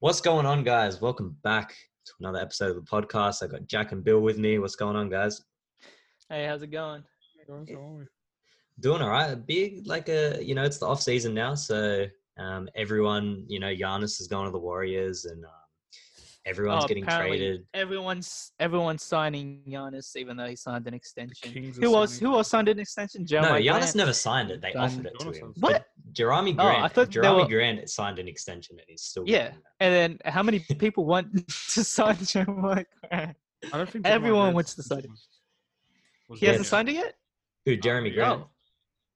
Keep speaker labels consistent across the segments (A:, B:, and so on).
A: What's going on, guys? Welcome back to another episode of the podcast. I got Jack and Bill with me. What's going on, guys?
B: Hey, how's it going?
A: Doing all right. A big, like a you know, it's the off season now, so um, everyone, you know, Giannis is going to the Warriors, and um, everyone's
B: Oh,
A: getting
B: apparently
A: traded.
B: Everyone's everyone's signing Giannis, even though he signed an extension.
C: Kings are
B: Who else?
C: signing
B: Who else signed an extension?
A: no,
B: Jeremy
A: Giannis never signed it. They
B: Done.
A: offered it to
C: Giannis
A: him.
C: has-
B: What?
A: But Jeremy
B: Oh, I
A: Grant.
B: thought they
A: Jeremy
B: were-
A: Grant signed an extension, and he's still.
B: Yeah. And then how many people want to sign Jeremiah Grant?
C: I don't think
B: Everyone
C: Jamal
B: wants
C: Grant's
B: to sign
C: extension was- was
B: He hasn't signed
C: granted.
B: it yet.
A: Who? Jeremy Grant.
B: Oh,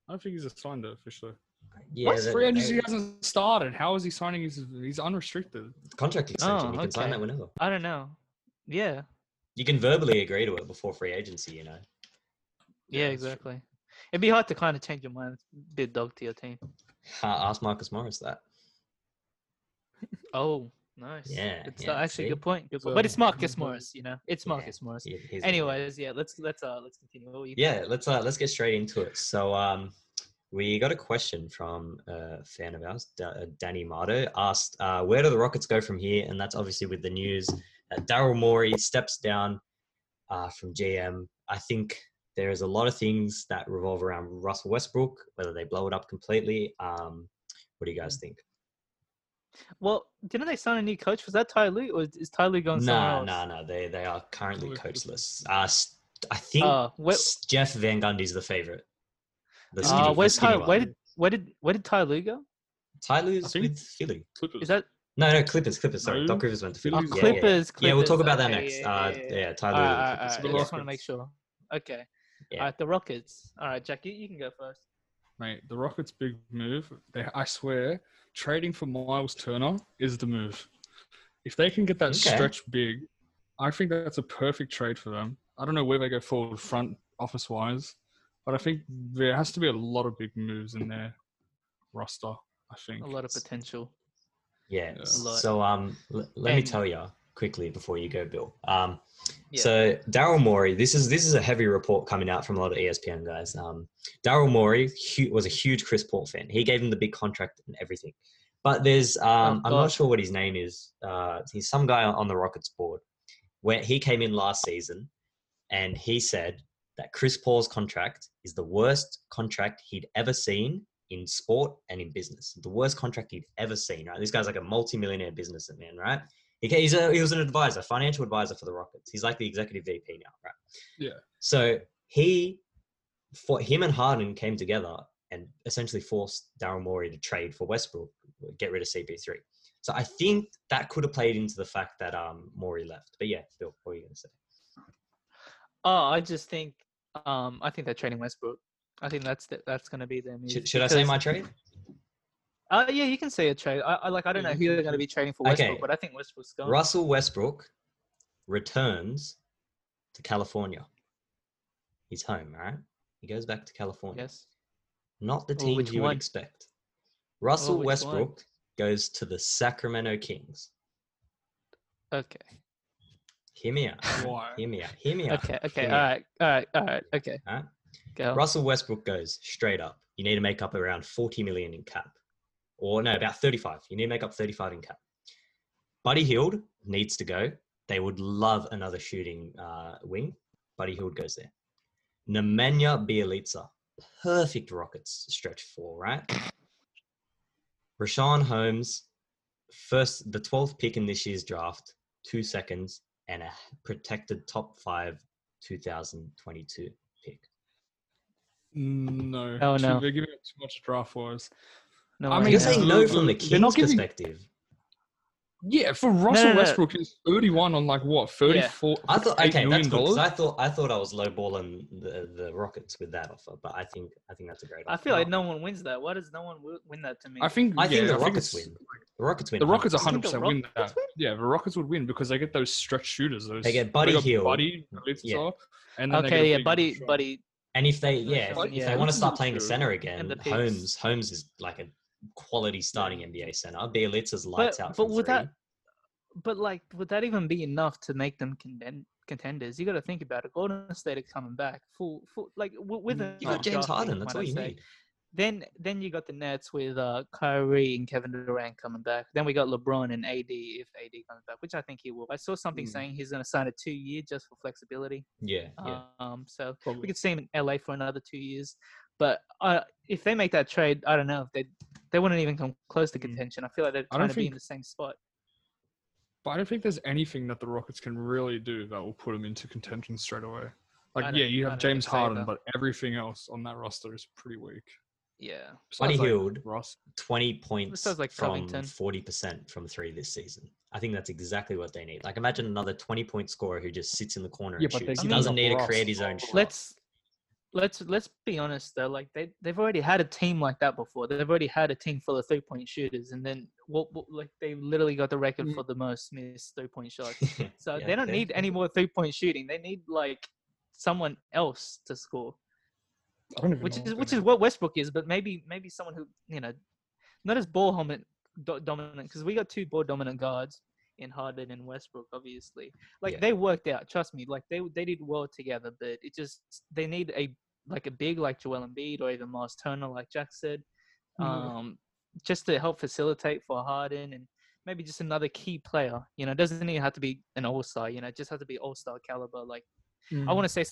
C: I don't think he's signed it officially.
A: Yeah.
C: What's
A: that-
C: free
A: that-
C: agency hasn't started? How is he signing? His, he's unrestricted.
A: contract extension.
B: Oh,
A: you can sign
B: okay.
A: that whenever.
B: I don't know. Yeah.
A: You can verbally agree to it before free agency. You know.
B: Yeah.
C: that's true.
B: exactly. It'd be hard to kind of change your mind. Be a dog to your team.
A: Ha- Ask Marcus Morris that.
B: Oh, nice.
A: Yeah,
B: It's
A: yeah,
B: actually
A: see?
B: good point. Good
C: So-
B: point. But it's Marcus Morris. You know, it's
A: Yeah.
B: Marcus Morris.
A: He- he's the man.
B: Anyways, yeah. Let's let's uh let's continue. What were you-
A: yeah let's uh let's get straight into it so um we got a question from a fan of ours Da- uh, danny mardo asked uh where do the rockets go from here and that's obviously with the news that daryl morey steps down uh from gm i think there is a lot of things that revolve around russell westbrook whether they blow it up completely um what do you guys think
B: Well, didn't they sign a new coach? Was that Ty Lue, or is Ty Lue going somewhere
A: no
B: else?
A: no no they they are currently
C: Who- who-
A: coachless uh st- i think
B: Uh, where,
A: s- jeff van gundy's the favorite the
B: Uh,
A: skinny, the
B: where's
A: skinny
B: Ty-
A: one.
B: where did- where did where did Ty Lue go?
A: Ty
C: I
A: Lue's
C: think-
A: with Philly.
C: Clippers.
B: Is that
A: No, no, Clippers, Clippers. Sorry,
C: No.
A: Doc Rivers went to Philly.
B: oh,
C: Philly's
B: Clippers,
C: got-
B: Clippers?
A: Yeah, we'll talk about that
B: okay,
A: next.
B: yeah,
A: uh,
B: yeah,
A: yeah,
B: yeah.
A: Ty Lue.
B: Alright,
A: with the
B: alright,
A: Clippers.
B: alright,
C: The
B: I just want to
C: Rockets.
B: make sure. Okay.
A: Yeah.
B: All right, the Rockets. All right, Jack, you, you can go first.
C: Mate, the Rockets' big move. They, I swear, trading for Miles Turner is the move. If they can get that
A: Okay.
C: stretch big, I think that's a perfect trade for them. I don't know where they go forward, front office wise, but I think there has to be a lot of big moves in their roster. I think
B: A lot of
C: It's-
B: potential.
A: Yeah.
C: Yeah.
A: So um, l- let me
B: And-
A: tell you quickly before you go, Bill. Um,
B: Yeah.
A: so Daryl Morey, this is this is a heavy report coming out from a lot of E ESPN guys. Um, Daryl Morey hu- was a huge Chris Paul fan. He gave him the big contract and everything. But there's um, I'm not
B: God.
A: sure what his name is. Uh, he's some guy on the Rockets board. Where he came in last season, and he said that Chris Paul's contract is the worst contract he'd ever seen in sport and in business. The worst contract he'd ever seen, right? This guy's like a multimillionaire businessman, right? He, ca- he's a, he was an advisor, financial advisor for the Rockets. He's like the executive VP now, right?
C: Yeah.
A: So he, for him and Harden came together and essentially forced Daryl Morey to trade for Westbrook, get rid of CP3. So I think that could have played into the fact that um, Morey left. But yeah, Bill, what are you going to say?
B: oh, I just think um I think they're trading Westbrook. I think that's the, that's going to be their move.
A: Should, should I say
B: because-
A: my trade?
B: Uh, yeah, you can say a trade. I, I like I don't know who they're going to be trading for Westbrook,
A: Okay.
B: but I think Westbrook's gone.
A: Russell Westbrook returns to California. He's home, right? He goes back to California.
B: Yes.
A: Not the
B: Well,
A: team
B: which
A: you would
B: one?
A: expect. Russell
B: which one?
A: Westbrook goes to the Sacramento Kings.
B: Okay.
A: Hear me out.
C: Why?
A: Hear me out. Hear me out.
B: Okay. Okay.
A: Yeah.
B: All right. All right. All right. Okay.
A: Alright.
B: Go.
A: Russell Westbrook goes straight up. You need to make up around 40 million in cap. Or no, about 35. You need to make up 35 in cap. Buddy Hield needs to go. They would love another shooting uh, wing. Buddy Hield goes there. Nemanja Bjelica, perfect Rockets stretch four, right? Rashawn Holmes, first the 12th pick in this year's draft, two seconds, and a protected top five 2022 pick.
C: No.
B: Oh,
C: Too-
B: no.
C: They're giving up too much draft wise.
B: No
C: I
B: worries.
C: mean,
A: You're
C: Yeah.
A: saying no from the
C: They're not
A: Kings'
C: giving-
A: perspective.
C: Yeah, for Russell
B: no, no.
C: Westbrook, he's 31 on like what, 34?
A: I thought
C: $8
A: okay,
C: million
A: that's cool. 'cause
C: dollars?
A: I thought I thought I was lowballing the the Rockets with that offer, but I think I think that's a great.
B: I
A: offer.
B: feel like no one wins that. Why does no one wi- win that to me?
C: I think,
A: I think
C: yeah,
A: the Rockets
C: it's-
A: win. The Rockets win.
C: The Rockets
A: 100%.
C: 100 percent win
B: Rockets
C: that. Yeah, the Rockets would win because they get those stretch shooters. Those
A: They get Buddy
C: got
A: Hield.
C: Buddy, Bledsoe,
A: Yeah.
C: and then they get a
B: okay. Yeah.
C: big
B: Buddy.
C: shot.
B: Buddy.
A: And if they yeah, if,
B: Yeah.
A: if they want to start playing a
C: True.
A: center again,
B: the picks.
A: Holmes Holmes is like a quality starting NBA center. Bielitsa's lights
B: But-
A: out.
B: but
A: from
B: would that-
A: three.
B: But like, would that even be enough to make them contend- contenders? You got to think about it. Golden State are coming back. Full. Full. Like w- with a
A: you got
B: oh,
A: James
B: draft pick,
A: Harden. That's
B: might I
A: all you
B: say.
A: need.
B: Then then you got the Nets with uh, Kyrie and Kevin Durant coming back. Then we got LeBron and AD if AD comes back, which I think he will. I saw something
C: Hmm.
B: saying he's going to sign a two year just for flexibility.
A: Yeah, yeah.
B: Um, so we
C: Probably.
B: could see him in LA for another two years. But uh, if they make that trade, I don't know if they they wouldn't even come close to
C: Mm.
B: contention. I feel like they're
C: I
B: trying
C: don't
B: to be in
C: think-
B: the same spot.
C: But I don't think there's anything that the Rockets can really do that will put them into contention straight away. Like,
B: don't-
C: yeah, you
B: I don't
C: have
B: think
C: James
B: so
C: Harden,
B: either.
C: but everything else on that roster is pretty weak.
B: Yeah.
A: Buddy
C: Besides, like,
A: Hield,
C: Ross.
A: 20 points
B: sounds like
A: from
B: Covington.
A: 40% from three this season. I think that's exactly what they need. Like, imagine another 20 point scorer who just sits in the corner
C: Yeah,
A: and
C: but they
A: shoots.
B: give
A: doesn't
C: up
A: need to
C: Ross.
A: create his own shot.
B: Let's let's let's be honest though. Like they they've already had a team like that before. They've already had a team full of three point shooters, and then what, what like they literally got the record
C: Mm.
B: for the most missed three point shots. So
A: Yeah,
B: they don't
A: they-
B: need any more three point shooting. They need like someone else to score.
C: I don't even
B: which
C: know
B: is
C: what
B: which
C: their
B: is what Westbrook is, but maybe maybe someone who you know, not as ball dominant do- dominant because we got two ball dominant guards in Harden and Westbrook, obviously. Like
A: Yeah.
B: they worked out, trust me. Like they they did well together, but it just they need a like a big like Joel Embiid or even Miles Turner, like Jack said,
C: Mhm.
B: um, just to help facilitate for Harden and. Maybe just another key player. You know, it doesn't even have to be an all star. You know, it just has to be all star caliber. Like
C: name-
B: I want to say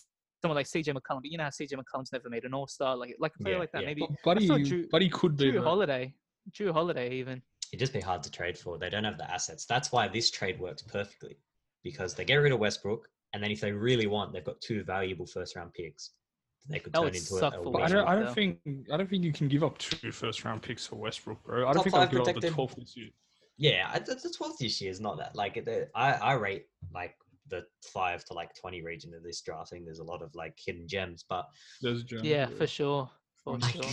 B: someone like CJ McCollum, but you know how CJ McCollum's never made an All Star, like like a player
A: Yeah,
B: like that.
A: yeah.
B: Maybe
C: Mm. But Buddy,
B: saw Drew-
C: Buddy could be.
B: Drew
C: that.
B: Holiday, Drew Holiday even.
A: It'd just be hard to trade for. They don't have the assets. That's why this trade works perfectly because they get rid of Westbrook. And then if they really want, they've got two valuable first round picks that they could
B: That
A: turn
B: would
A: into a,
B: suck
A: a
B: for
C: But I
A: wing.
C: don't. I
B: though.
C: don't think. I don't think you can give up two first round picks for Westbrook, bro. I don't
A: Top
C: think I'll
A: five
C: give up the
A: protected.
C: twelfth this year.
A: Yeah, I, the, the 12th this year is not that. Like, the, I, I rate like the 5 to like 20 region of this draft. I think there's a lot of like hidden gems, but
C: There's Jones,
B: Yeah,
C: bro.
B: for sure, for
A: like,
B: sure.
A: I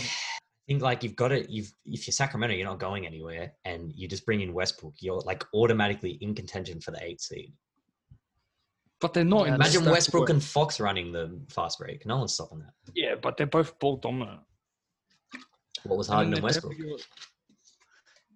A: think like you've got to you've if you're Sacramento, you're not going anywhere, and you just bring in Westbrook, you're like automatically in contention for the eight seed.
C: But they're
B: Yeah,
C: not. in the
B: that's-
A: Imagine
C: stats
A: Westbrook
C: where-
A: and Fox running the fast break. No one's stopping that.
C: yeah, but they're both ball dominant.
A: What was Harden
C: then
A: and
C: they'd have to
A: Westbrook?
C: give up-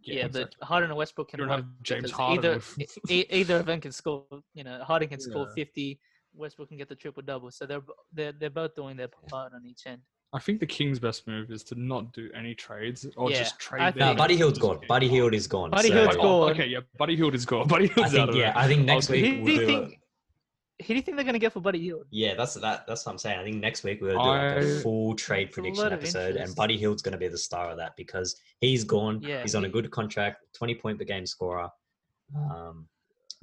B: yeah, but Harden and Westbrook
C: You
B: can
C: don't
B: work
C: have James
B: because
C: Harden.
B: Either
C: with-
B: e- e- either of them can score. You know, Harden can score
C: Yeah.
B: fifty. Westbrook can get the triple double. So they're bo- they're they're both doing their part on each end.
C: I think the King's best move is to not do any trades or
B: Yeah,
C: just trade.
B: I
C: their
B: think-
A: No,
C: guys
A: Buddy
C: and
A: Hield's
C: just
A: gone.
C: get
A: Buddy
C: Harden.
A: Hield is gone.
B: Buddy Hield's
A: so-
B: gone.
C: Okay, yeah, Buddy Hield is gone. Buddy
A: I
C: Hield's
A: think
C: out of
A: yeah,
C: it.
A: I think next
C: Who
A: week
B: Who
A: we'll
B: do you
A: do
B: think?
A: a,
B: Who do you think they're gonna get for Buddy Hield?
A: yeah, that's that that's what I'm saying. I think next week we'll do like a
C: I-
A: full trade
B: That's a lot
A: prediction
B: of
A: episode, and
B: interest.
A: Buddy Hield's going to be the star of that because he's gone.
B: Yeah,
A: he's on a
B: he-
A: good contract, 20 point per game scorer. Um,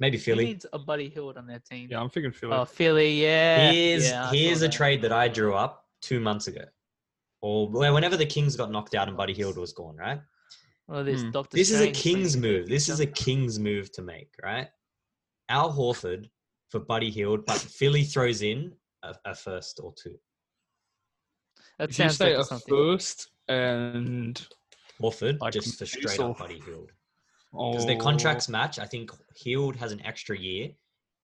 A: maybe
B: He
A: Philly.
B: needs a Buddy Hield on their team.
C: Yeah, I'm thinking Philly.
B: Oh, Philly, yeah.
A: Here's
B: yeah, I
A: here's
B: saw
A: a
B: that.
A: trade that I drew up two months ago, or well, whenever the Kings got knocked out and Buddy
B: Nice.
A: Hield was gone. Right.
B: Well, this
C: Hmm.
B: Doctor.
A: This is a
B: Strange thing
A: Kings
B: that you
A: move. This is a
B: picked
A: Kings move to make. Right. Al Horford for Buddy Hield, but Philly throws in a, a first or two,
B: up. That
C: if you
B: sounds
C: say
B: like
C: a
B: something.
C: first and
A: Horford
C: Like
A: just for straight
C: Mason.
A: up Buddy Hield because their contracts match. I think Hield has an extra year.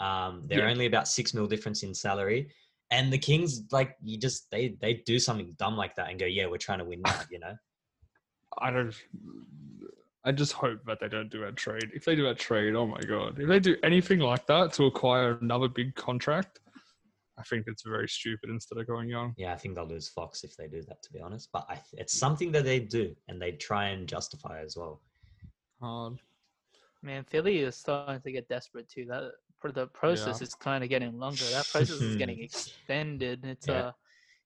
A: Um, they're
C: Yeah.
A: only about six mil difference in salary. And the Kings, like you, just they they do something dumb like that and go, yeah, we're trying to win that, you know.
C: I don't. I just hope that they don't do a trade. If they do a trade, oh my god! If they do anything like that to acquire another big contract, I think it's very stupid. Instead of going young,
A: Yeah, I think they'll lose Fox if they do that, to be honest. But I, th- it's something that they do, and they try and justify as well.
C: hard.
B: Man, Philly is starting to get desperate too. That for the process is kind of getting longer. That process is getting extended. and It's
A: Yeah.
B: uh,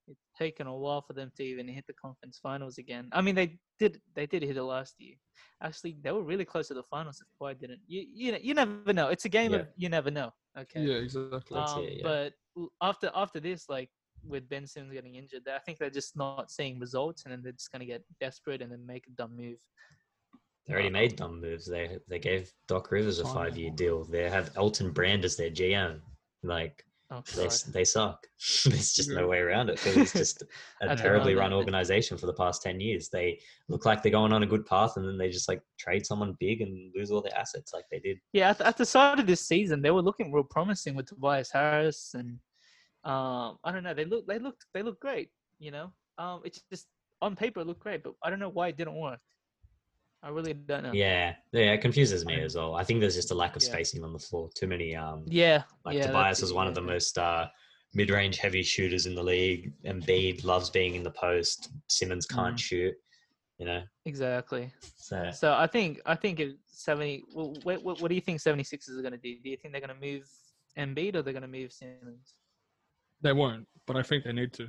B: it's taken a while for them to even hit the conference finals again. I mean, they did they did hit it last year. Actually, they were really close to the finals. If Kawhi didn't, you you know, you never know. It's a game
A: Yeah.
B: of you never know. Okay.
C: Yeah, exactly.
A: That's
B: Um,
A: it, yeah.
B: But l- after after this, like with Ben Simmons getting injured, I think they're just not seeing results, and then they're just gonna get desperate and then make a dumb move.
A: They already made dumb moves. They they gave Doc Rivers a
C: Simon.
A: five year deal. They have Elton Brand as their GM. Like
B: Oh,
A: they
B: God.
A: s- they suck. There's just
C: Yeah.
A: no way around it. Philly's just a
B: At the
A: terribly
B: moment,
A: run
B: they-
A: organization for the past ten years. They look like they're going on a good path, and then they just like trade someone big and lose all their assets, like they did.
B: Yeah, at, at the start of this season, they were looking real promising with Tobias Harris, and um, I don't know. They look they looked they looked great. You know, um, it's just on paper it looked great, but I don't know why it didn't work. I really don't know.
A: Yeah, yeah, it confuses me as well. I think there's just a lack of
B: Yeah.
A: spacing on the floor. Too many um
B: Yeah.
A: Like
B: yeah, that's
A: Tobias
B: it,
A: is one of the
B: yeah.
A: most uh, mid-range heavy shooters in the league. Embiid loves being in the post. Simmons can't
B: Mm.
A: shoot. You know,
B: Exactly.
A: so
B: So I think I think if 70. Well, what, what, what do you think 76ers are going to do? Do you think they're going to move Embiid or they're going to move Simmons?
C: They won't, but I think they need to.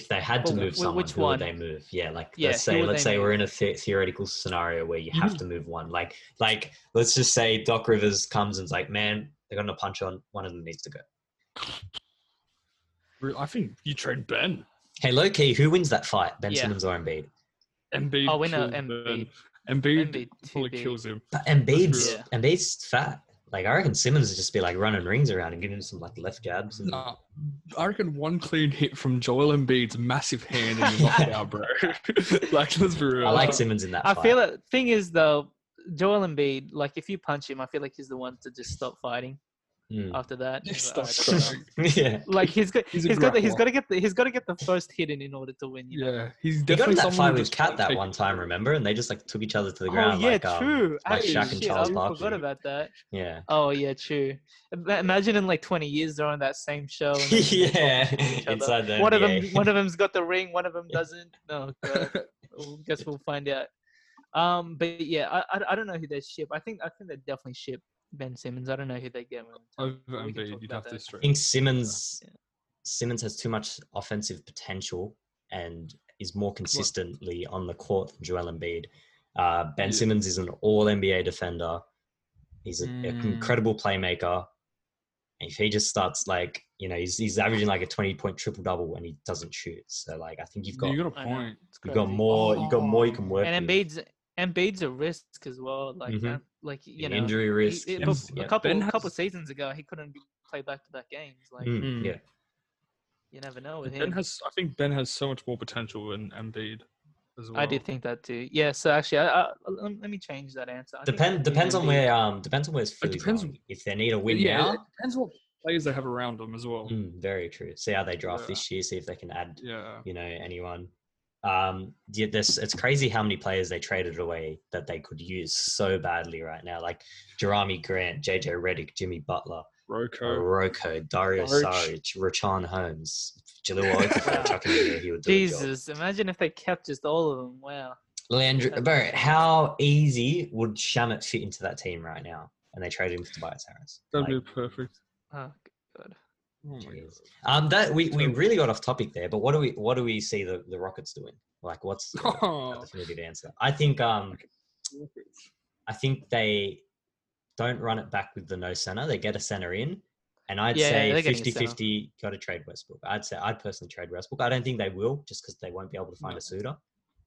A: if they had to
B: Well,
A: move
B: wh-
A: someone,
B: which
A: who would
B: one?
A: they move? Yeah, like
B: Yeah,
A: let's
B: who
A: say
B: would
A: let's
B: they Mm-hmm.
A: say we're in a the- theoretical scenario where you have
C: Mhm.
A: to move one. Like like let's just say Doc Rivers comes and's like, man, they're gonna punch on one of them needs to go.
C: Re- I think you trade Ben.
A: Hey, low key, who wins that fight? Ben
B: Yeah.
A: Simmons or Embiid?
C: Embiid.
B: Oh, we know
C: kills
B: Embiid.
C: Ben. Embiid,
B: Embiid too
C: probably
B: big.
C: kills him.
A: But Embiid's
B: Yeah.
A: Embiid's fat. Like I reckon Simmons would just be like running rings around and giving him some like left jabs. And,
C: Nah, I reckon one clean hit from Joel Embiid's massive hand and you knocked out, bro. like, let's be real.
A: I like Simmons in that.
B: I
A: fight.
B: feel it. Thing is though, Joel Embiid. Like if you punch him, I feel like he's the one to just stop fighting
A: Mm.
B: after that.
C: Yeah,
B: He's
C: stop
B: like, "Alright, that's
C: crying.
A: yeah.
B: enough." Like, he's got
C: He's a
B: he's got the, he's
C: grappler.
B: got to get the he's got to get the first hit in in order to win. You know?
C: Yeah, he's
A: They got
C: definitely
A: in that
C: someone
A: fight
C: who
A: with
C: just
A: Cat
C: can't
A: that
C: take
A: one
C: it.
A: time, remember? And they just like took each other to the
B: Oh
A: ground.
B: yeah,
A: like, um,
B: true.
A: like
B: Actually,
A: Shaq and
B: shit,
A: Charles
B: I
A: Barkley.
B: forgot about that.
A: yeah.
B: Oh yeah, true. Ima- Imagine in like 20 years they're on that same show. And they- they
A: yeah.
B: talking to each other.
A: Inside the
B: one of them,
A: NBA.
B: one of them's got the ring, one of them doesn't. No, God. Well, guess we'll find out. Um, but yeah, I, I I don't know who they ship. I think I think they definitely ship Ben Simmons. I don't know who they get. when-
C: Over
B: We can talk
C: Embiid, you'd
B: about
C: have to
B: that.
A: I
C: straight.
A: think Simmons
B: Yeah.
A: Simmons has too much offensive potential and is more consistently on the court than Joel Embiid. Uh, ben
C: Yeah.
A: Simmons is an All NBA defender. He's a, an
C: Mm.
A: incredible playmaker. And if he just starts like you know he's, he's averaging like a twenty point triple double and he doesn't shoot, so like I think you've got
C: You got a
B: I know.
C: point.
B: It's
A: you've got
B: crazy.
A: more you've got more you
C: Oh.
A: can work
B: And
A: with.
B: Embiid's Embiid's a risk as well. Like
A: Mhm.
B: uh, like you
A: An
B: know,
A: injury
B: he-
A: risk.
B: it-
A: and-
B: bef-
A: yeah.
B: a couple
C: Ben
B: a couple
C: has-
B: seasons ago he couldn't play back to back games. Like
A: Mm,
C: Mm.
A: yeah.
B: you never know with
C: Ben
B: him.
C: has, I think Ben has so much more potential than Embiid as well.
B: I do think that too. Yeah. So actually, I, I, let- let me change that answer. I think
A: Depend
B: Embiid-
A: depends on
B: Embiid-
A: where um depends on where Philly's
C: depends
A: going.
C: on-
A: If they need a win
C: yeah,
A: now,
C: it depends what players they have around them as well.
A: Mm, very true. See how they draft
C: Yeah.
A: this year. See if they can add,
C: Yeah.
A: you know, anyone. Um, yeah, this it's crazy how many players they traded away that they could use so badly right now. Like Jerami Grant, JJ Redick, Jimmy Butler,
C: Roko.
A: Roko, Dario
C: Saric.
A: Saric, Rashawn Holmes, Jalil Okafor.
B: Wow.
A: chuck him in there, he would do a job.
B: Jesus, imagine if they kept just all of them. Wow.
A: Leandro,
B: That's
A: bro,
B: insane.
A: how easy would Shamit fit into that team right now? And they traded him for Tobias Harris.
C: That'd be
A: Like,
C: perfect.
B: Oh God.
C: Oh my
A: Jeez.
C: God.
A: um, that we, we
C: Terrible.
A: really got off topic there. But what do we what do we see the, the Rockets doing? Like, what's the- a
C: Oh,
A: definitive answer. I think um I think they don't run it back with the no center. They get a center in. And I'd
B: Yeah,
A: say
B: they're getting a
A: 50
B: center.
A: 50 got to trade Westbrook. I'd say I'd personally trade Westbrook. I don't think they will just because they won't be able to find
C: No.
A: a suitor.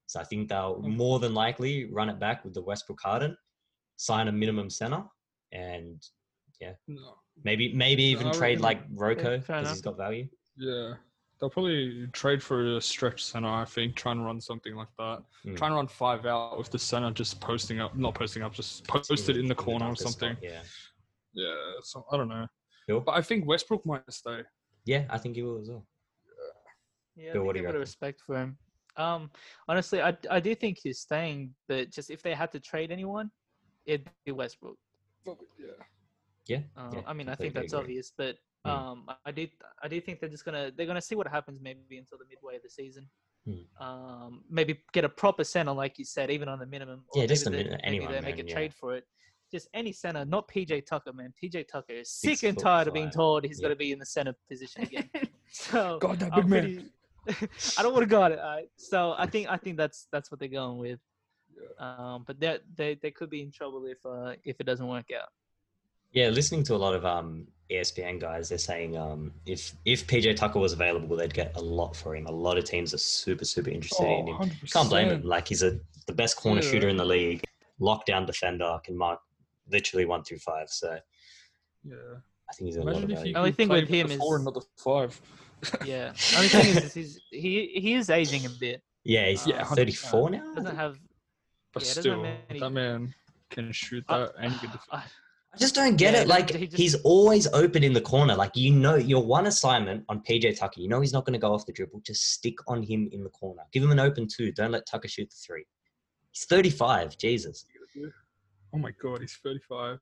A: So I think they'll
C: Mm.
A: more than likely run it back with the Westbrook Harden, sign a minimum center, and
C: no.
A: maybe maybe even
C: I
A: trade
C: reckon-
A: like Roko
B: fair
A: because he's
B: enough.
A: got value.
C: Yeah. They'll probably trade for a stretch center, I think, try and run something like that.
A: Mm.
C: Try and run five out with the center just posting up, not posting up, just
A: Hmm.
C: posted in the corner or
A: dunker spot,
C: something.
A: Yeah.
C: Yeah, so, I don't know.
A: Bill?
C: But I think Westbrook might stay.
A: Yeah, I think he will as well.
B: Yeah,
A: Bill,
B: I
A: what
B: think
A: do you
B: I've got a
A: reckon?
B: respect for him. Um, honestly, I, I do think he's staying, but just if they had to trade anyone, it'd be Westbrook.
C: Yeah.
B: Uh,
A: Yeah,
B: I mean, I
A: completely
B: think that's
A: agree.
B: obvious, but
A: Mm.
B: um, I- I do I do think they're just gonna they're gonna see what happens maybe until the midway of the season.
A: Mm.
B: Um, maybe get a proper center, like you said, even on the minimum.
A: Yeah, just a
B: maybe they-
A: minute-
B: Maybe
A: anyone,
B: they make
A: man,
B: a
A: yeah.
B: trade for it. Just any center, not PJ Tucker, man. PJ Tucker is
A: Six
B: sick and
A: foot
B: tired of being
A: five.
B: told he's
A: Yeah.
B: got to be in the center position again. so
C: God, that
B: I'm
C: big man.
B: pretty- I don't want to go at it. alright? So I think I think that's that's what they're going with. Um, but that they they could be in trouble if uh if it doesn't work out.
A: Yeah, listening to a lot of um, ESPN guys, they're saying um, if if PJ Tucker was available, they'd get a lot for him. A lot of teams are super super interested in
C: Oh,
A: him. Can't blame him. Like he's a the best corner
C: Yeah.
A: shooter in the league, lockdown defender, can mark literally one through five. So I
C: Yeah.
A: think he's a lot
C: Imagine
A: of
C: if you
A: value.
B: Only
C: could
B: thing
C: play
B: with
C: the
B: him is-
C: four and not the five.
B: Yeah. Only thing is, is he's, he he is aging a bit.
A: yeah, he's
C: Ah.
B: Yeah,
A: 34 now.
B: Doesn't have.
C: But
B: Yeah, it doesn't
C: still,
B: have many- Uh,
C: that man can shoot
B: I-
C: that Oh, and he can defend.
B: I,
A: I just don't get
B: Yeah,
A: it.
B: he
A: Like
B: doesn't- he just-
A: he's always open in the corner. Like you know, your one assignment on PJ Tucker, you know he's not going to go off the dribble. Just stick on him in the corner. Give him an open two. Don't let Tucker shoot the three. He's 35. Jesus.
C: Oh my god, he's 35.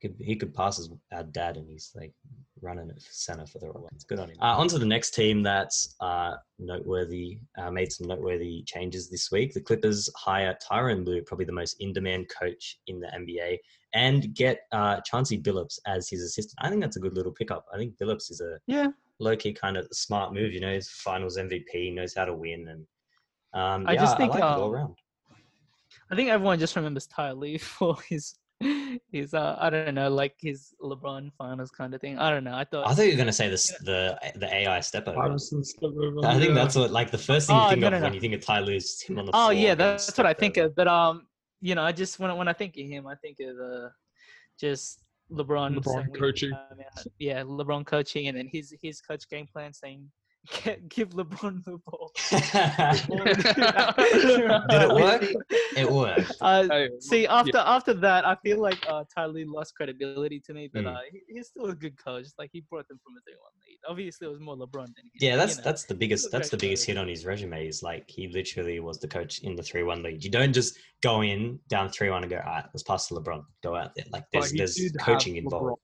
A: Could, he could pass as our dad, and he's like running at center for the Rockets. Good on him. Uh, on to the next team that's uh, noteworthy. Uh, made some noteworthy changes this week. The Clippers hire Tyron Lue, probably the most in-demand coach in the NBA, and get uh, Chauncey Billups as his assistant. I think that's a good little pickup. I think Billups is a
B: Yeah,
A: low-key kind of smart move. You know, he's Finals MVP, knows how to win, and um,
B: I
A: yeah,
B: just think,
A: I like it all
B: um,
A: around.
B: I think everyone just remembers Ty Lee for his his uh I don't know like his LeBron finals kind of thing. I don't know. I thought
A: I thought you were going to say this, the the AI step over. I think that's what like the first thing you
B: Oh,
A: think
B: no,
A: of
B: no, no.
A: when you think of Ty Lue is him on the
B: Oh
A: floor
B: yeah,
A: and
B: that's, what I think
A: stepped over.
B: of. But um, you know, I just when I- when I think of him, I think of uh, just LeBron.
C: LeBron
B: saying we-
C: coaching.
B: um, yeah, LeBron coaching, and then his his coach game plan saying, "Get- "Give LeBron the ball."
A: Did it work? it worked.
B: Uh,
C: Hey,
B: see, after after that, I feel like uh, Ty Lue lost credibility to me, but
A: Mm.
B: uh, he, he's still a good coach. Like he brought them from a three-one lead. Obviously, it was more LeBron than him.
A: Yeah,
B: you
A: that's
B: know.
A: that's the biggest
B: Look
A: that's the
B: back to
A: biggest
B: it.
A: hit on his resume is like he literally was the coach in the three one lead. You don't just go in down three one and go, all right, let's pass to LeBron. Go out there. Like
C: But
A: there's
C: he
A: there's
C: did have
A: coaching
C: LeBron.
A: involved.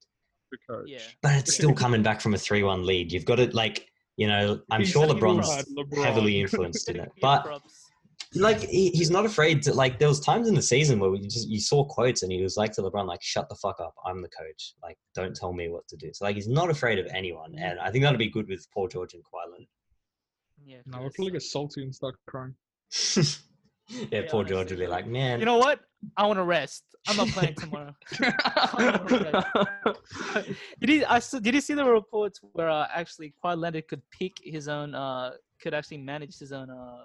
C: the coach.
B: Yeah.
A: But it's
B: Yeah.
A: still coming back from a three one lead. You've got to like you know, I'm
C: He's
A: sure
B: still
A: LeBron's
C: had LeBron.
A: heavily influenced in
B: Gotta
A: it.
B: give
A: But
B: props.
A: like he, he's not afraid to like there was times in the season where we just you saw quotes and he was like to lebron like shut the fuck up i'm the coach like don't tell me what to do so like he's not afraid of anyone and i think that'll be good with paul george and Kawhi
B: yeah,
C: No, I
B: Chris.
C: feel like it's salty and start crying.
A: Leonard. yeah,
B: Yeah,
A: paul george
B: honestly,
A: will be like
B: like,
A: man
B: You know what? I want to rest. I'm not playing tomorrow. did he? I saw, did you see the reports where uh, actually Kawhi Leonard could pick his own? Uh, could actually manage his own uh,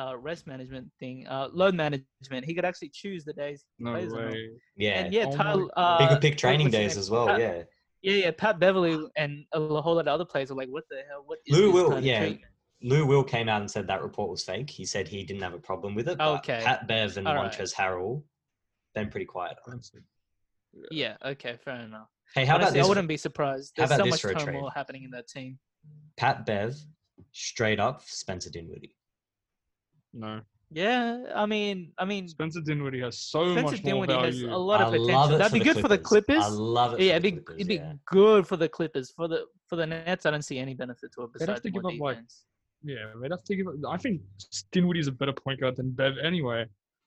B: uh, rest management thing, uh, load management. He could actually choose the days.
C: no
B: plays or not.
C: way.
A: yeah
B: And yeah,
C: Oh my
B: Tyler.
C: God.
A: he
B: Uh,
A: could pick training
B: what's his
A: days
B: name?
A: as well
B: Pat-
A: yeah
B: Yeah, yeah. Pat Beverly and a whole lot of other players were like, "What the hell? What is
A: Lou
B: this
A: Will-
B: kind of
A: yeah,
B: treatment?"
A: lou will came out and said that report was fake he said he didn't have a problem with it but
B: Okay.
A: pat bev and
B: All right.
A: montrez harrell been pretty quiet on it.
B: Yeah. Okay. Fair enough.
A: hey how
B: Honestly, I
A: about this
B: wouldn't be surprised.
A: how
B: There's
A: about
B: so
A: this
B: much
A: for a trade?
B: turmoil happening in that team.
A: pat bev straight up spencer dinwiddie
C: No.
B: Yeah, I mean, I mean,
C: Spencer Dinwiddie has so
B: Spencer
C: much more
B: Dinwiddie has
C: value.
B: a lot of
A: I love
B: potential.
A: it
B: That'd be good for the Clippers.
A: I love it.
B: Yeah,
A: for
B: it'd
A: the
B: be
A: Clippers,
B: it'd be
A: yeah.
B: good for the Clippers. For the for the Nets, I don't see any benefit to it
C: They'd have
B: besides
C: to
B: more
C: give up, like,
B: defense.
C: yeah, they'd have to give. it- I think Dinwiddie's a better point guard than Bev anyway.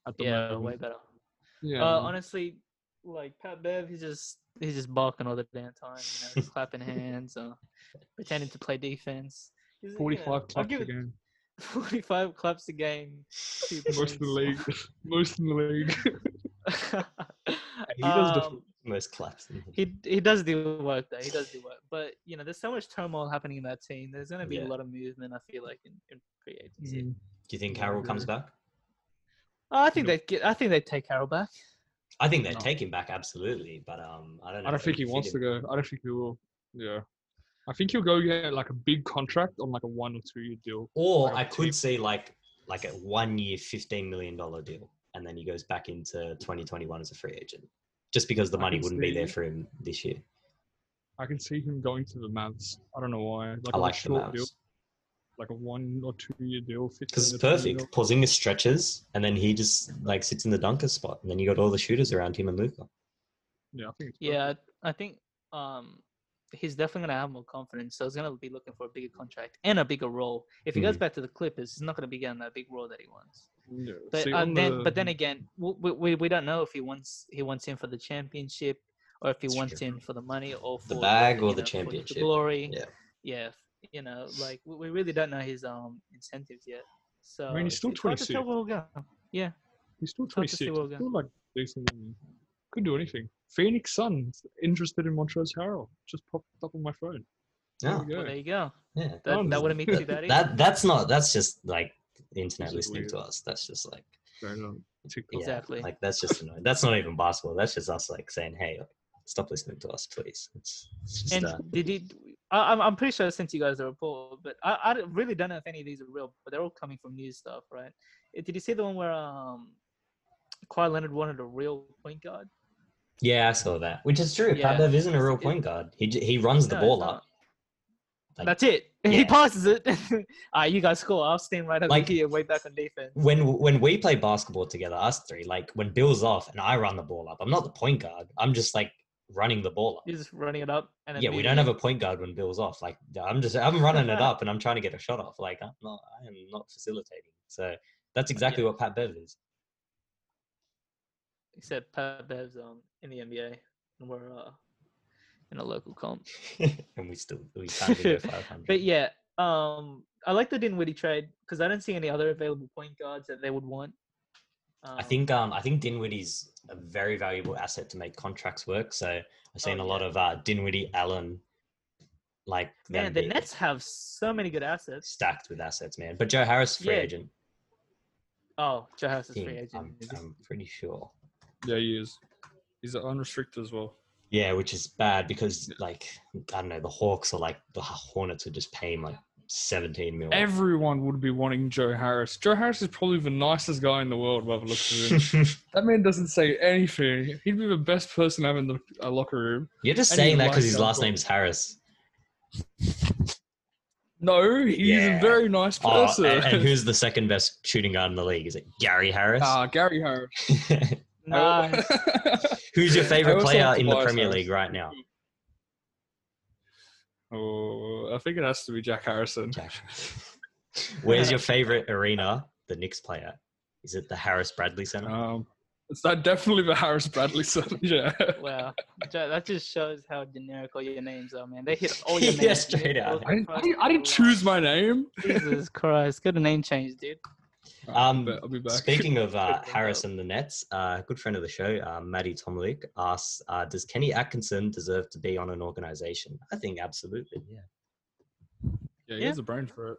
C: At the
B: yeah,
C: moment.
B: way better.
C: Yeah.
B: Uh, honestly, like Pat Bev, he's just he's just barking all the damn time, you know, clapping hands or pretending to play defense. He's, you know, I'll
C: Forty-five clubs
B: give
C: a
B: it
C: game.
B: 45 claps a game. two
C: Most of the
B: points.
C: league. Most in the league.
A: He does the
B: Um,
A: most claps.
B: he he does do work though. He does do work, but you know, there's so much turmoil happening in that team. There's going to be
A: Yeah.
B: a lot of movement. I feel like in, in free agency.
C: Mm.
A: Do you think Harold comes back?
B: Oh, I think
C: Yeah.
B: they get. I think they take Harold back.
A: I think they'd
C: No.
A: take him back absolutely, but um, I don't. Know
C: I don't
A: if
C: think
A: they
C: he wants to
A: fit him.
C: go. I don't think he will. Yeah. I think he'll go get like a big contract on like a one or two year deal.
A: Or
C: Like,
A: I
C: cheap.
A: could see like like a one year fifteen million dollar deal, and then he goes back into twenty twenty one as a free agent, just because the
C: I
A: money
C: can
A: wouldn't be there
C: see-
A: for him this year.
C: I can see him going to the Mavs. I don't know why. Like
A: I
C: on a
A: like the
C: short deal,
A: Mavs
C: like a one or two year deal.
A: because
C: 15
A: it's
C: or 20 year
A: perfect. Porzingis stretches, and then he just like sits in the dunker spot, and then you got all the shooters around him and Luca.
C: deal. Yeah, I think. It's
B: Yeah, I think um, he's definitely going to have more confidence. So he's going to be looking for a bigger contract and a bigger role. If he
A: Mm-hmm.
B: goes back to the Clippers, he's not going to be getting that big role that he wants.
C: perfect. Yeah.
B: But
C: See,
B: uh,
C: on
B: then, but
C: the-
B: then again, w- we, we we don't know if he wants he wants him for the championship, or if he
A: It's
B: wants
A: true.
B: him for the money or for
A: bag or
B: you
A: the
B: know, for
A: championship.
B: glory.
A: Yeah.
B: yeah, f- you know, like we, we really don't know his um incentives yet. So
C: he's
B: it's-
C: still
B: it's hard to
C: 26.
B: tell where we'll go. Yeah,
C: He's still
B: Tough to see
C: 26.
B: what
C: He's
B: we're
C: still like decent. and Could do anything. Phoenix Suns interested in Montrezl Harrell. Just popped up on my phone. There
A: Yeah.
C: we
B: well,
C: go.
B: there you go.
A: Yeah.
B: That,
C: Nice.
B: that wouldn't be too bad.
A: that,
B: either.
A: that that's not that's just like the internet
C: This is
A: listening to
C: weird.
A: us that's just like
C: Straight on TikTok.
A: yeah,
B: Exactly.
A: like that's just annoying that's not even basketball that's just us like saying hey like, stop listening to us please it's, it's just
B: and
A: uh,
B: did you? I, I'm I'm pretty sure I sent you guys the report, but I, I don't- really don't know if any of these are real, but they're all coming from news stuff, right? Uh, Did you see the one where um, Kawhi Leonard wanted a real point guard?
A: yeah i saw that which is true
B: Yeah.
A: Pat Bev isn't a real
B: It-
A: point guard he j- he runs the
B: No,
A: ball
B: it's
A: up Like-
B: That's it.
A: Yeah.
B: He passes it. all right, you guys score. I'll stand right over
A: Like-
B: here, way back on defense.
A: when when we play basketball together us three like when bill's off and i run the ball up i'm not the point guard i'm just like running the ball up.
B: You're just running it up. And then
A: Yeah, we
B: moving
A: don't
B: it.
A: have a point guard when Bill's off. Like I'm just I'm running it up and I'm trying to get a shot off. Like I'm not I am not facilitating. So that's exactly what Pat Bev is.
B: except Pat Bev's um in the NBA, and we're uh, in a local comp.
A: and we still we can't even go 500.
B: But yeah, um, I like the Dinwiddie trade because I don't see any other available point guards that they would want. Um,
A: I think um, I think Dinwiddie's a very valuable asset to make contracts work. So I've seen
B: Oh,
A: a lot
B: yeah.
A: of uh, Dinwiddie Allen, like
B: man,
A: them
B: the
A: being
B: Nets have so many good assets.
A: stacked with assets, man. But Joe Harris free
B: Yeah,
A: agent.
B: Oh, Joe Harris is
A: thing,
B: free agent.
A: I'm,
B: Is this-
A: I'm pretty sure.
C: Yeah, he is. He's unrestricted as well.
A: Yeah, which is bad because like I don't know, the Hawks are like the Hornets are just paying like seventeen mil.
C: Everyone would be wanting Joe Harris. Joe Harris is probably the nicest guy in the world, whoever looks at him. that man doesn't say anything. He'd be the best person to have in the a locker room.
A: You're just
C: And he
A: saying that because
C: likes
A: his
C: John
A: last
C: Paul.
A: name is Harris.
C: No, he's
A: Yeah.
C: a very nice
A: Oh,
C: person.
A: and, and who's the second best shooting guard in the league? Is it Gary Harris?
C: Ah, Gary Harris.
B: Nah,
A: Who's your
C: I
A: favorite
C: also
A: player
C: like
A: in the
C: Tobias
A: Premier
C: Harris.
A: League right now?
C: oh, I think it has to be Jack Harrison.
A: Jack. Where's your favorite arena? The Knicks player. Is it the Harris Bradley Center?
C: Um, it's not definitely the Harris Bradley son. Yeah.
B: wow, Joe, that just shows how generic all your names are, man. They hit all your names.
A: Yeah, straight out.
C: I didn't, I, didn't- I didn't choose my name.
B: Jesus Christ, get a name change, dude.
A: Um,
C: but I'll be back.
A: Speaking of uh,
B: Good
A: Harris
B: lineup.
A: and the Nets, uh, a good friend of the show, uh, Maddie Tomalik, asks uh, Does Kenny Atkinson deserve to be on an organization? I think absolutely. Yeah.
C: yeah, he has a brain for it.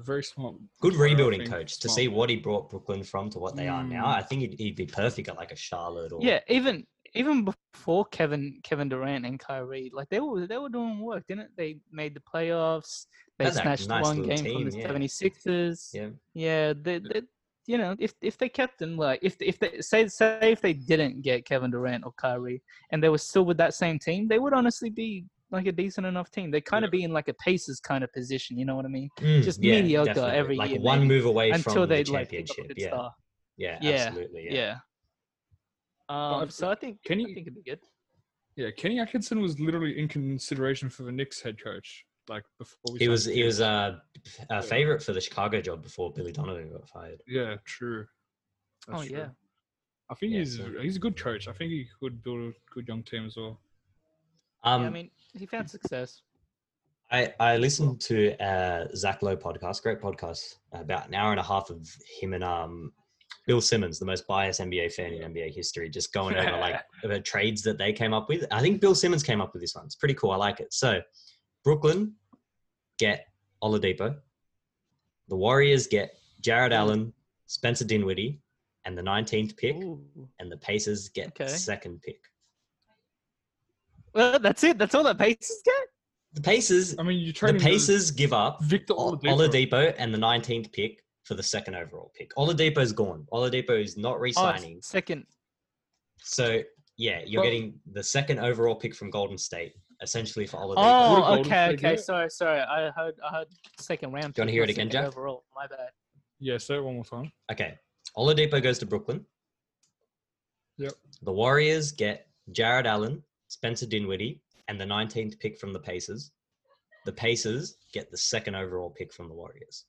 C: A very smart.
A: Good
C: player, I
A: rebuilding
C: think.
A: coach to
C: Smart.
A: see what he brought Brooklyn from to what they are now.
C: Mm.
A: I think he'd, he'd be perfect at like a Charlotte or.
B: Yeah, even even before Kevin Kevin Durant and Kyrie, like they were they were doing work, didn't they? They Made the playoffs. They
A: That's a
B: snatched
A: nice
B: one
A: little
B: game from the
A: team, yeah.
B: 76ers.
A: Yeah.
B: Yeah, they, they, you know, if if they kept them, like if if they say say if they didn't get Kevin Durant or Kyrie, and they were still with that same team, they would honestly be like a decent enough team. They kind
C: Yeah.
B: of be in like a Pacers kind of position. You know what I mean?
A: Mm,
B: Just mediocre every
A: like
B: year,
A: one
B: maybe,
A: move away
B: Until
A: from
B: they
A: the
B: like pick up
A: championship.
B: a good
A: yeah.
B: star.
A: yeah,
B: Yeah,
A: absolutely. Yeah.
B: Yeah. Um,
C: I've-
B: so I think
C: can
B: I
C: you-
B: think it'd be good.
C: Yeah, Kenny Atkinson was literally in consideration for the Knicks head coach. Like before we
A: He
C: signed
A: was he
C: him.
A: was a, a favorite for the Chicago job before Billy Donovan got fired.
C: Yeah, true.
B: Oh, yeah.
C: I think
A: Yeah,
C: he's
A: so-
C: he's a good coach. I think he could build a good young team as well.
A: Um,
B: yeah, I mean, he found success.
A: I, I listened to uh, Zach Lowe podcast, great podcast, about an hour and a half of him and um, Bill Simmons, the most biased NBA fan in NBA history, just going over like the trades that they came up with. I think Bill Simmons came up with this one. It's pretty cool. I like it. So Brooklyn get Oladipo. The Warriors get
B: Mm.
A: Jared Allen, Spencer Dinwiddie, and the 19th pick.
B: Ooh.
A: And the Pacers get
B: Okay.
A: the second pick.
B: Well, that's it. That's all that Pacers get.
A: The Pacers
C: I mean, you trade
A: the
C: him to
A: Pacers give up
C: Victor
A: Ol-
C: Oladipo.
A: Oladipo and the 19th pick for the second overall pick. Oladipo's gone. Oladipo is not
B: Oh, it's
A: re-signing.
B: second.
A: So yeah, you're
C: Well-
A: getting the second overall pick from Golden State essentially for Oladipo.
C: What
B: Oh,
C: a Golden
B: okay,
C: State
B: okay.
C: get.
B: Sorry, sorry. I heard, I heard second round.
A: Do you wanna
B: pick,
A: hear
B: not
A: it again,
B: second
A: Jack?
B: Overall, my bad.
C: Yeah, say it one more time.
A: Okay, Oladipo goes to Brooklyn.
C: Yep.
A: The Warriors get Jared Allen, Spencer Dinwiddie, and the 19th pick from the Pacers. The Pacers get the second overall pick from the Warriors.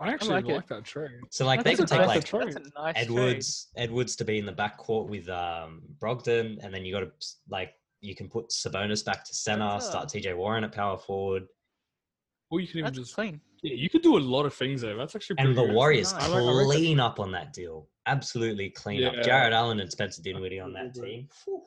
C: I actually
B: like
C: like,
B: it.
C: that trade.
A: So like they
B: That's
A: could
B: a
A: take
B: nice-
A: like
C: trade.
B: That's a nice
A: Edwards Edwards to be in the backcourt with um, Brogdon, and then you got to like you can put Sabonis back to center,
B: That's a-
A: start TJ Warren at power forward,
C: Or you can
B: Trade.
C: even
B: That's
C: just
B: clean.
C: yeah, you could do a lot of things there. That's actually
A: and the
C: pretty good.
A: Warriors
B: nice.
C: I like- I like that.
A: clean up on that deal. Absolutely clean up.
C: Yeah.
A: Jared Allen and Spencer Dinwiddie on that
C: Absolutely.
A: team. Phew.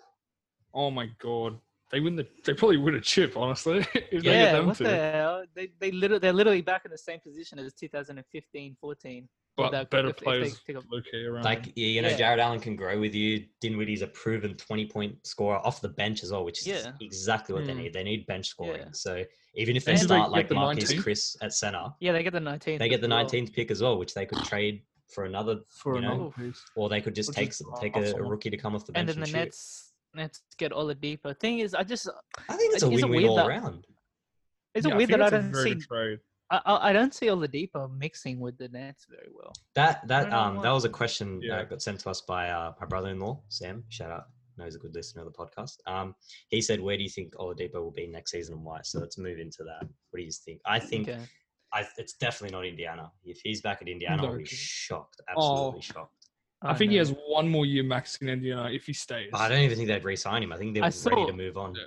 C: Oh my god, they win the. They probably win a chip, honestly. if they get
B: Yeah,
C: them
B: what
C: to.
B: the hell? They they literally they're literally back in the same position as 2015, 14.
C: but
B: that-
C: better
B: if- if they
C: players,
B: pick up-
C: okay, around.
A: Like you you know,
B: Yeah.
A: Jared Allen can grow with you. Dinwiddie's a proven twenty-point scorer off the bench as well, which is
B: Yeah.
A: exactly what they
C: Mm.
A: need. They need bench scoring.
B: Yeah.
A: So even if they
B: And do they
A: start
C: get
A: like
C: the
A: Marcus
C: 19th?
A: Chris at center,
B: Yeah, they get the 19th.
A: they get the
B: as well.
A: nineteenth pick as well, which they could trade for another
C: for
A: you know,
C: another piece.
A: or they could just
C: Or
A: take
C: just
A: some-
C: off
A: take a, a
C: someone.
A: rookie to come off the
B: And
A: bench and,
B: then the
A: shoot.
B: Nets Nets get Oladipo. Thing is, I just
A: I think it's a
B: He's a
A: win-win
B: weird
A: all
B: that-
A: around.
B: it's
C: Yeah,
B: weird
C: think
B: that I
C: that's a
B: don't
C: very
B: see
C: good trade.
B: I, I I don't see Oladipo mixing with the Nets very well.
A: That that
B: don't know
A: um that
B: why.
A: was a question
C: Yeah.
A: that got sent to us by uh, my brother-in-law Sam. Shout out knows a good listener of the podcast. Um, he said, "Where do you think Oladipo will be next season and why?" So let's move into that. What do you think? I think
B: Okay.
A: I, it's definitely not Indiana. If he's back at Indiana, I'll be
C: Okay.
A: shocked, absolutely
C: Oh.
A: shocked.
C: I,
B: Oh,
C: think he has one more year max in Indiana if he stays.
A: But I don't even think they'd re-sign him. I think they're
B: I
A: ready
B: saw-
A: to move on.
C: Yeah.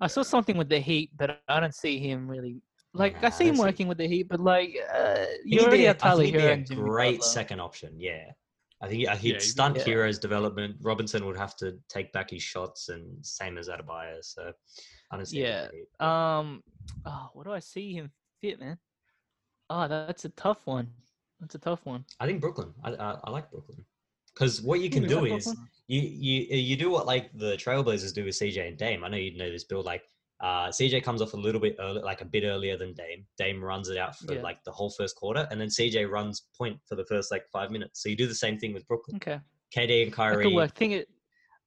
B: I saw something with the Heat, but I don't see him really. Like
A: Nah, I
B: I see him
A: don't see-
B: working with the Heat, but like uh,
A: He'd
B: you already
A: be a-
B: have
A: I
B: Tyler
A: think he'd
B: Hero and
A: be a
B: Jimmy
A: great
B: Butler.
A: second option. Yeah, I think uh, he'd
C: Yeah, he'd be-
A: stunt
B: Yeah.
A: Hero's development. Robinson would have to take back his shots, and same as Adebayo. So I don't see. him
B: Yeah,
A: really-
B: Um, oh, what do I see him fit, man? Oh, that's a tough one. That's a tough one.
A: I think Brooklyn. I I, I like Brooklyn because what you can
B: Is
A: do
B: that
A: is
B: Brooklyn?
A: you you you do what like the Trailblazers do with CJ and Dame. I know you know this, Bill. Like uh, CJ comes off a little bit early, like a bit earlier than Dame. Dame runs it out for
B: Yeah.
A: like the whole first quarter, and then CJ runs point for the first like five minutes. So you do the same thing with Brooklyn.
B: okay.
A: KD and
B: That
A: Kyrie.
B: could work. Thing it,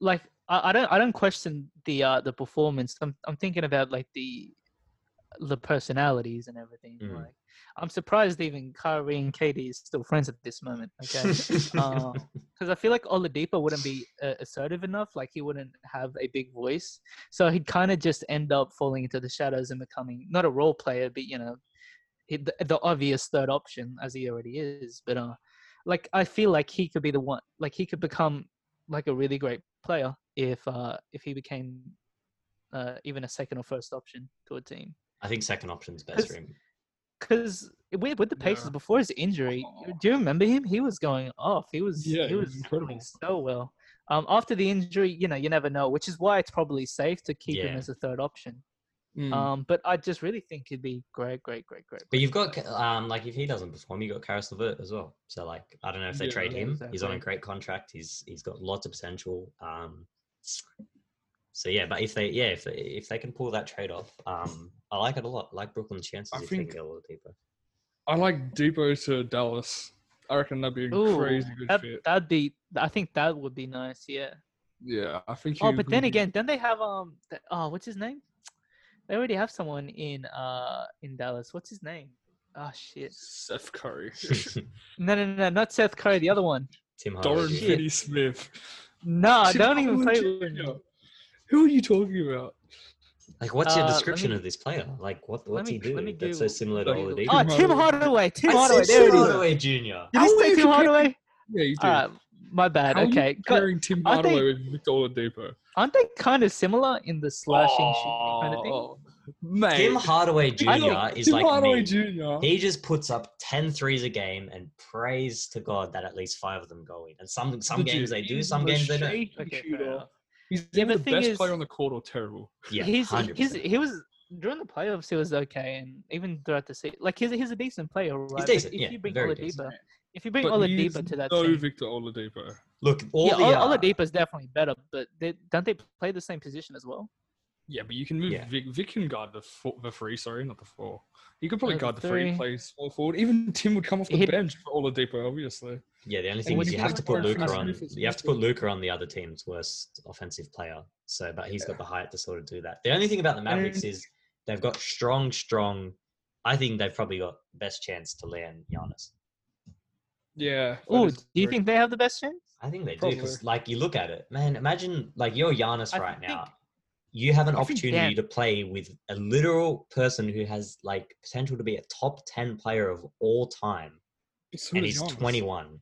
B: like I, I don't I don't question the uh the performance. I'm I'm thinking about like the the personalities and everything.
A: Mm.
B: Like I'm surprised even Kyrie and Katie is still friends at this moment. Okay. Uh, because I feel like Oladipo wouldn't be uh, assertive enough. Like he wouldn't have a big voice, so he'd kind of just end up falling into the shadows and becoming not a role player, but you know, he, the, the obvious third option as he already is. But uh, like I feel like he could be the one. Like he could become like a really great player if uh if he became uh even a second or first option to a team.
A: I think second option's best
B: Because-
A: for him.
B: Because with, with the Pacers
C: Yeah.
B: before his injury,
C: Oh.
B: do you remember him? He was going off. He was
C: Yeah,
B: he
C: he was
B: was
C: incredible.
B: doing so well. Um, after the injury, you know, you never know, which is why it's probably safe to keep him
A: Yeah.
B: as a third option.
C: Mm.
B: Um, but I just really think he'd be great, great, great, great.
A: But
B: player.
A: you've got um, like if he doesn't perform, you have got Karis Levert as well. So like I don't know if they
C: Yeah,
A: trade him. He's on a
B: exactly.
A: great contract. He's he's got lots of potential. Um, so yeah, but if they yeah if they, if they can pull that trade off, um, I like it a lot. I like Brooklyn's chances
C: I
A: if they can
C: think-
A: get a little deeper.
C: I like Debo to Dallas. I reckon that'd be a
B: Ooh,
C: crazy good
B: that,
C: fit.
B: that'd be. I think that would be nice. Yeah.
C: Yeah, I think.
B: Oh,
C: he
B: but
C: would
B: then
C: be-
B: again, don't they have um? th- oh, what's his name? They already have someone in uh in Dallas. What's his name? Oh shit!
C: Seth Curry,
B: No, no, no, no, not Seth Curry. The other one.
A: Tim
C: Doran
A: Hardaway.
B: shit.
C: Finney Smith.
B: No,
C: Tim
B: Uh, don't even play
C: Hardaway
B: with me.
C: Jr.. Who are you talking about?
A: Like what's your
B: Uh, let
A: description
B: me-
A: of this player? Like what what's
B: me-
A: he do?
B: let me
A: That's so
B: Google-
A: similar to
C: let me
A: Oladipo.
C: Google.
B: Oh,
C: Tim
B: Tim
C: Hardaway.
B: Hardaway. Tim
A: I
B: Hardaway.
A: said
B: There it
A: Tim
B: is.
A: Hardaway Jr.
B: Did I
C: How are
B: say
C: you
B: Tim Hardaway?
C: Yeah, you do.
B: All right, my bad.
C: How are you
B: okay, Got-
C: comparing Tim
B: I think-
C: Hardaway with Victor Oladipo.
B: aren't they kind of similar in the slashing shooting kind of thing?
C: Oh, mate.
A: Tim Hardaway
C: I
A: Jr.
C: don't-
A: is
C: Tim
A: like
C: Hardaway
A: me.
C: Jr.
A: He just puts up 10 threes a game and prays to God that at least five of them go in. And some some
C: Legit,
A: games they do,
C: he's
A: some
C: the
A: games they don't.
C: shaky
B: Okay, fair
C: shooter.
B: enough.
C: He's
B: Yeah,
C: either
B: but
C: the
B: thing
C: best
B: is-
C: player on the court or terrible.
A: Yeah,
B: he's, he's
A: 100%.
B: he was during the playoffs he was okay and even throughout the season like he's he's a decent player right But
A: decent,
B: if
A: yeah,
B: you bring
A: very
B: Oladipo
A: decent.
B: if you bring
C: But he is
B: Oladipo to that
C: no
B: team
C: Victor Oladipo.
A: Look, all
B: yeah
A: the
B: Ol-
A: uh,
B: Oladipo's definitely better but they, don't they play the same position as well
C: Yeah, but you can move
A: Yeah.
C: Vic. Vic can guard the four, the three. Sorry, not the four. He could probably
B: Uh, the
C: guard the three.
B: three.
C: Plays small forward. Even Tim would come off the
B: He'd-
C: bench for Oladipo, obviously.
A: yeah, the only thing
C: when
A: is
C: he
A: you have
C: plays
A: to put
C: Marcus
A: Luca on.
C: Smith, it's
A: You have to put
C: different.
A: Luca on the other team's worst offensive player. So, but he's got the height to sort of do that. The only thing about the Mavericks
C: And-
A: is they've got strong, strong. I think they've probably got best chance to land Giannis.
C: Yeah. that
B: oh
C: is
B: do you
C: correct.
B: think they have the best chance
A: I think they do
C: Probably.
A: because, like, you look at it, man. Imagine like you're Giannis
B: I
A: right
B: think-
A: now. You have an
B: I think Dan-
A: opportunity to play with a literal person who has like potential to be a top ten player of all time,
C: It's
A: and
C: with
A: he's
C: Giannis.
A: 21.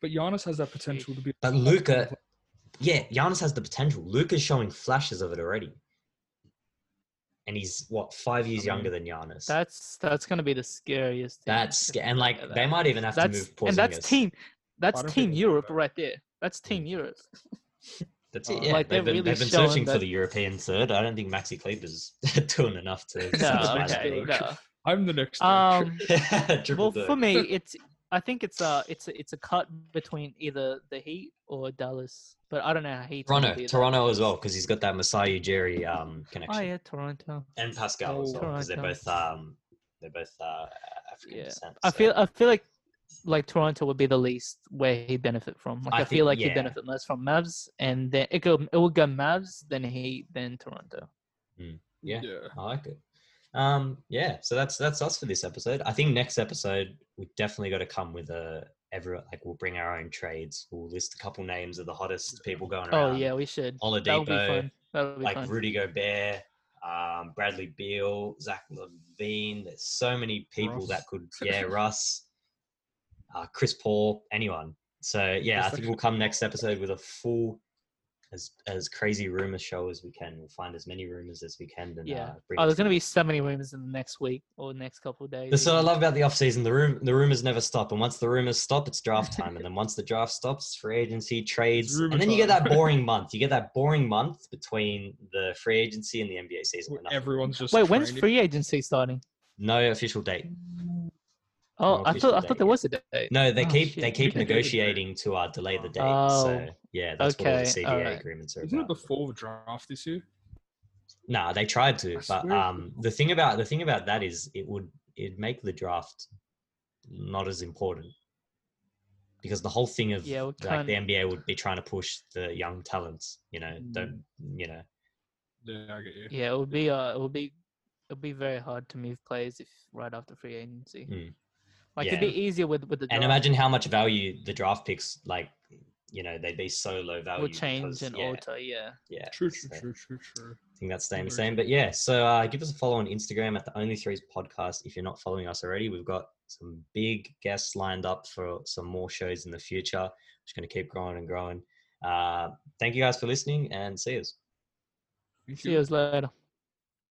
C: But Giannis has that potential to be.
A: But Luca, yeah, Giannis has the potential. Luca's showing flashes of it already, and he's what five years
C: I mean,
A: younger than Giannis.
B: that's that's gonna be the scariest thing.
A: That's sc- and like
B: Yeah,
A: they might even have to
B: that's
A: move Porzingis.
B: and that's team that's
C: I don't
B: team
C: think they
B: Europe
C: will.
B: right there that's team Europe
A: That's it.
C: Uh,
A: Yeah, they've
B: like, they're
A: been,
B: really
A: they've been
B: showing
A: searching for
B: that-
A: the European third. I don't think Maxi Kleber's doing enough to
B: no,
A: satisfy that
B: okay,
A: need.
B: no.
C: I'm the next. one.
B: um
A: Triple
B: well, for
A: threat.
B: me, it's I think it's a it's a, it's a cut between either the Heat or Dallas, but I don't know how Heat.
A: Toronto, Toronto as well, because he's got that Masai Ujiri um,
B: Oh
A: connection,
B: yeah, Toronto.
A: and Pascal as well, because they're
B: Toronto.
A: both um, they're both uh, African
B: Yeah.
A: descent.
B: I
A: so-
B: feel I feel like like Toronto would be the least where he'd benefit from. Like
A: I
B: I,
A: think-
B: feel like
A: yeah.
B: he'd benefit most from Mavs, and then it go it would go Mavs, then Heat, then Toronto.
A: yeah.
C: yeah.
A: I like it. Um, yeah, so that's that's us for this episode. I think next episode we definitely got to come with a everyone like we'll bring our own trades. We'll list a couple names of the hottest people going
B: Oh
A: around.
B: yeah, we should.
A: Oladipo,
B: That would be fun. That would be
A: like
B: fun.
A: Rudy Gobert, um, Bradley Beal, Zach Levine. There's so many people
C: Russ.
A: that could, yeah, Russ, uh, Chris Paul, anyone. So yeah,
C: That's
A: I think
C: actually-
A: we'll come next episode with a full, as as crazy rumor show as we can. We'll find as many rumors as we can. And,
B: Yeah.
A: Uh, bring
B: Oh,
A: it
B: there's
A: to
B: gonna
A: you.
B: be so many rumors in the next week or next couple of days.
A: That's what I
B: even.
A: love about the off season. The room, the rumors never stop, and once the rumors stop, it's draft time, and then once the draft stops, free agency trades, and
C: rumor
A: then you get
C: time.
A: that boring month. You get that boring month between the free agency and the NBA season.
C: Where
A: when nothing-
C: Everyone's just
B: Wait, when's
C: training.
B: free agency starting?
A: No official date.
B: Oh, I
A: official
B: thought I
A: date
B: thought there
A: yet.
B: was a date.
A: No, they
B: Oh,
A: keep
B: shit.
A: they
B: We
A: keep
C: can do it, though.
A: negotiating to uh, delay the date. so
B: Oh.
A: yeah, that's what all the
B: Okay,
A: CBA
B: alright.
A: agreements are
C: Isn't it
A: about.
C: before the draft this year?
A: Nah, they tried to,
C: I
A: but
C: swear it
A: um, the thing about the thing about that is it would it'd make the draft not as important because the whole thing of
B: Yeah, we
A: like
B: can't-
A: the NBA would be trying to push the young talents. You know,
B: Mm.
A: don't you know?
C: Yeah, I get you.
B: Yeah, it would be uh, it would be it would be very hard to move players if right after free agency.
A: Mm.
B: Like
A: Yeah.
B: it'd be easier with with the
A: And
B: draft.
A: imagine how much value the draft picks like. You know, they'd be so low value.
B: will change
A: because-
B: and
A: yeah,
B: alter. Yeah.
A: Yeah,
C: True, true,
A: so-
C: true, true, true.
A: I think that's staying the
C: Right.
A: same. But yeah, so uh, give us a follow on Instagram at the Only Threes Podcast if you're not following us already. We've got some big guests lined up for some more shows in the future. Just going to keep growing and growing. Uh, thank you guys for listening and see us.
C: Thank
B: See you later.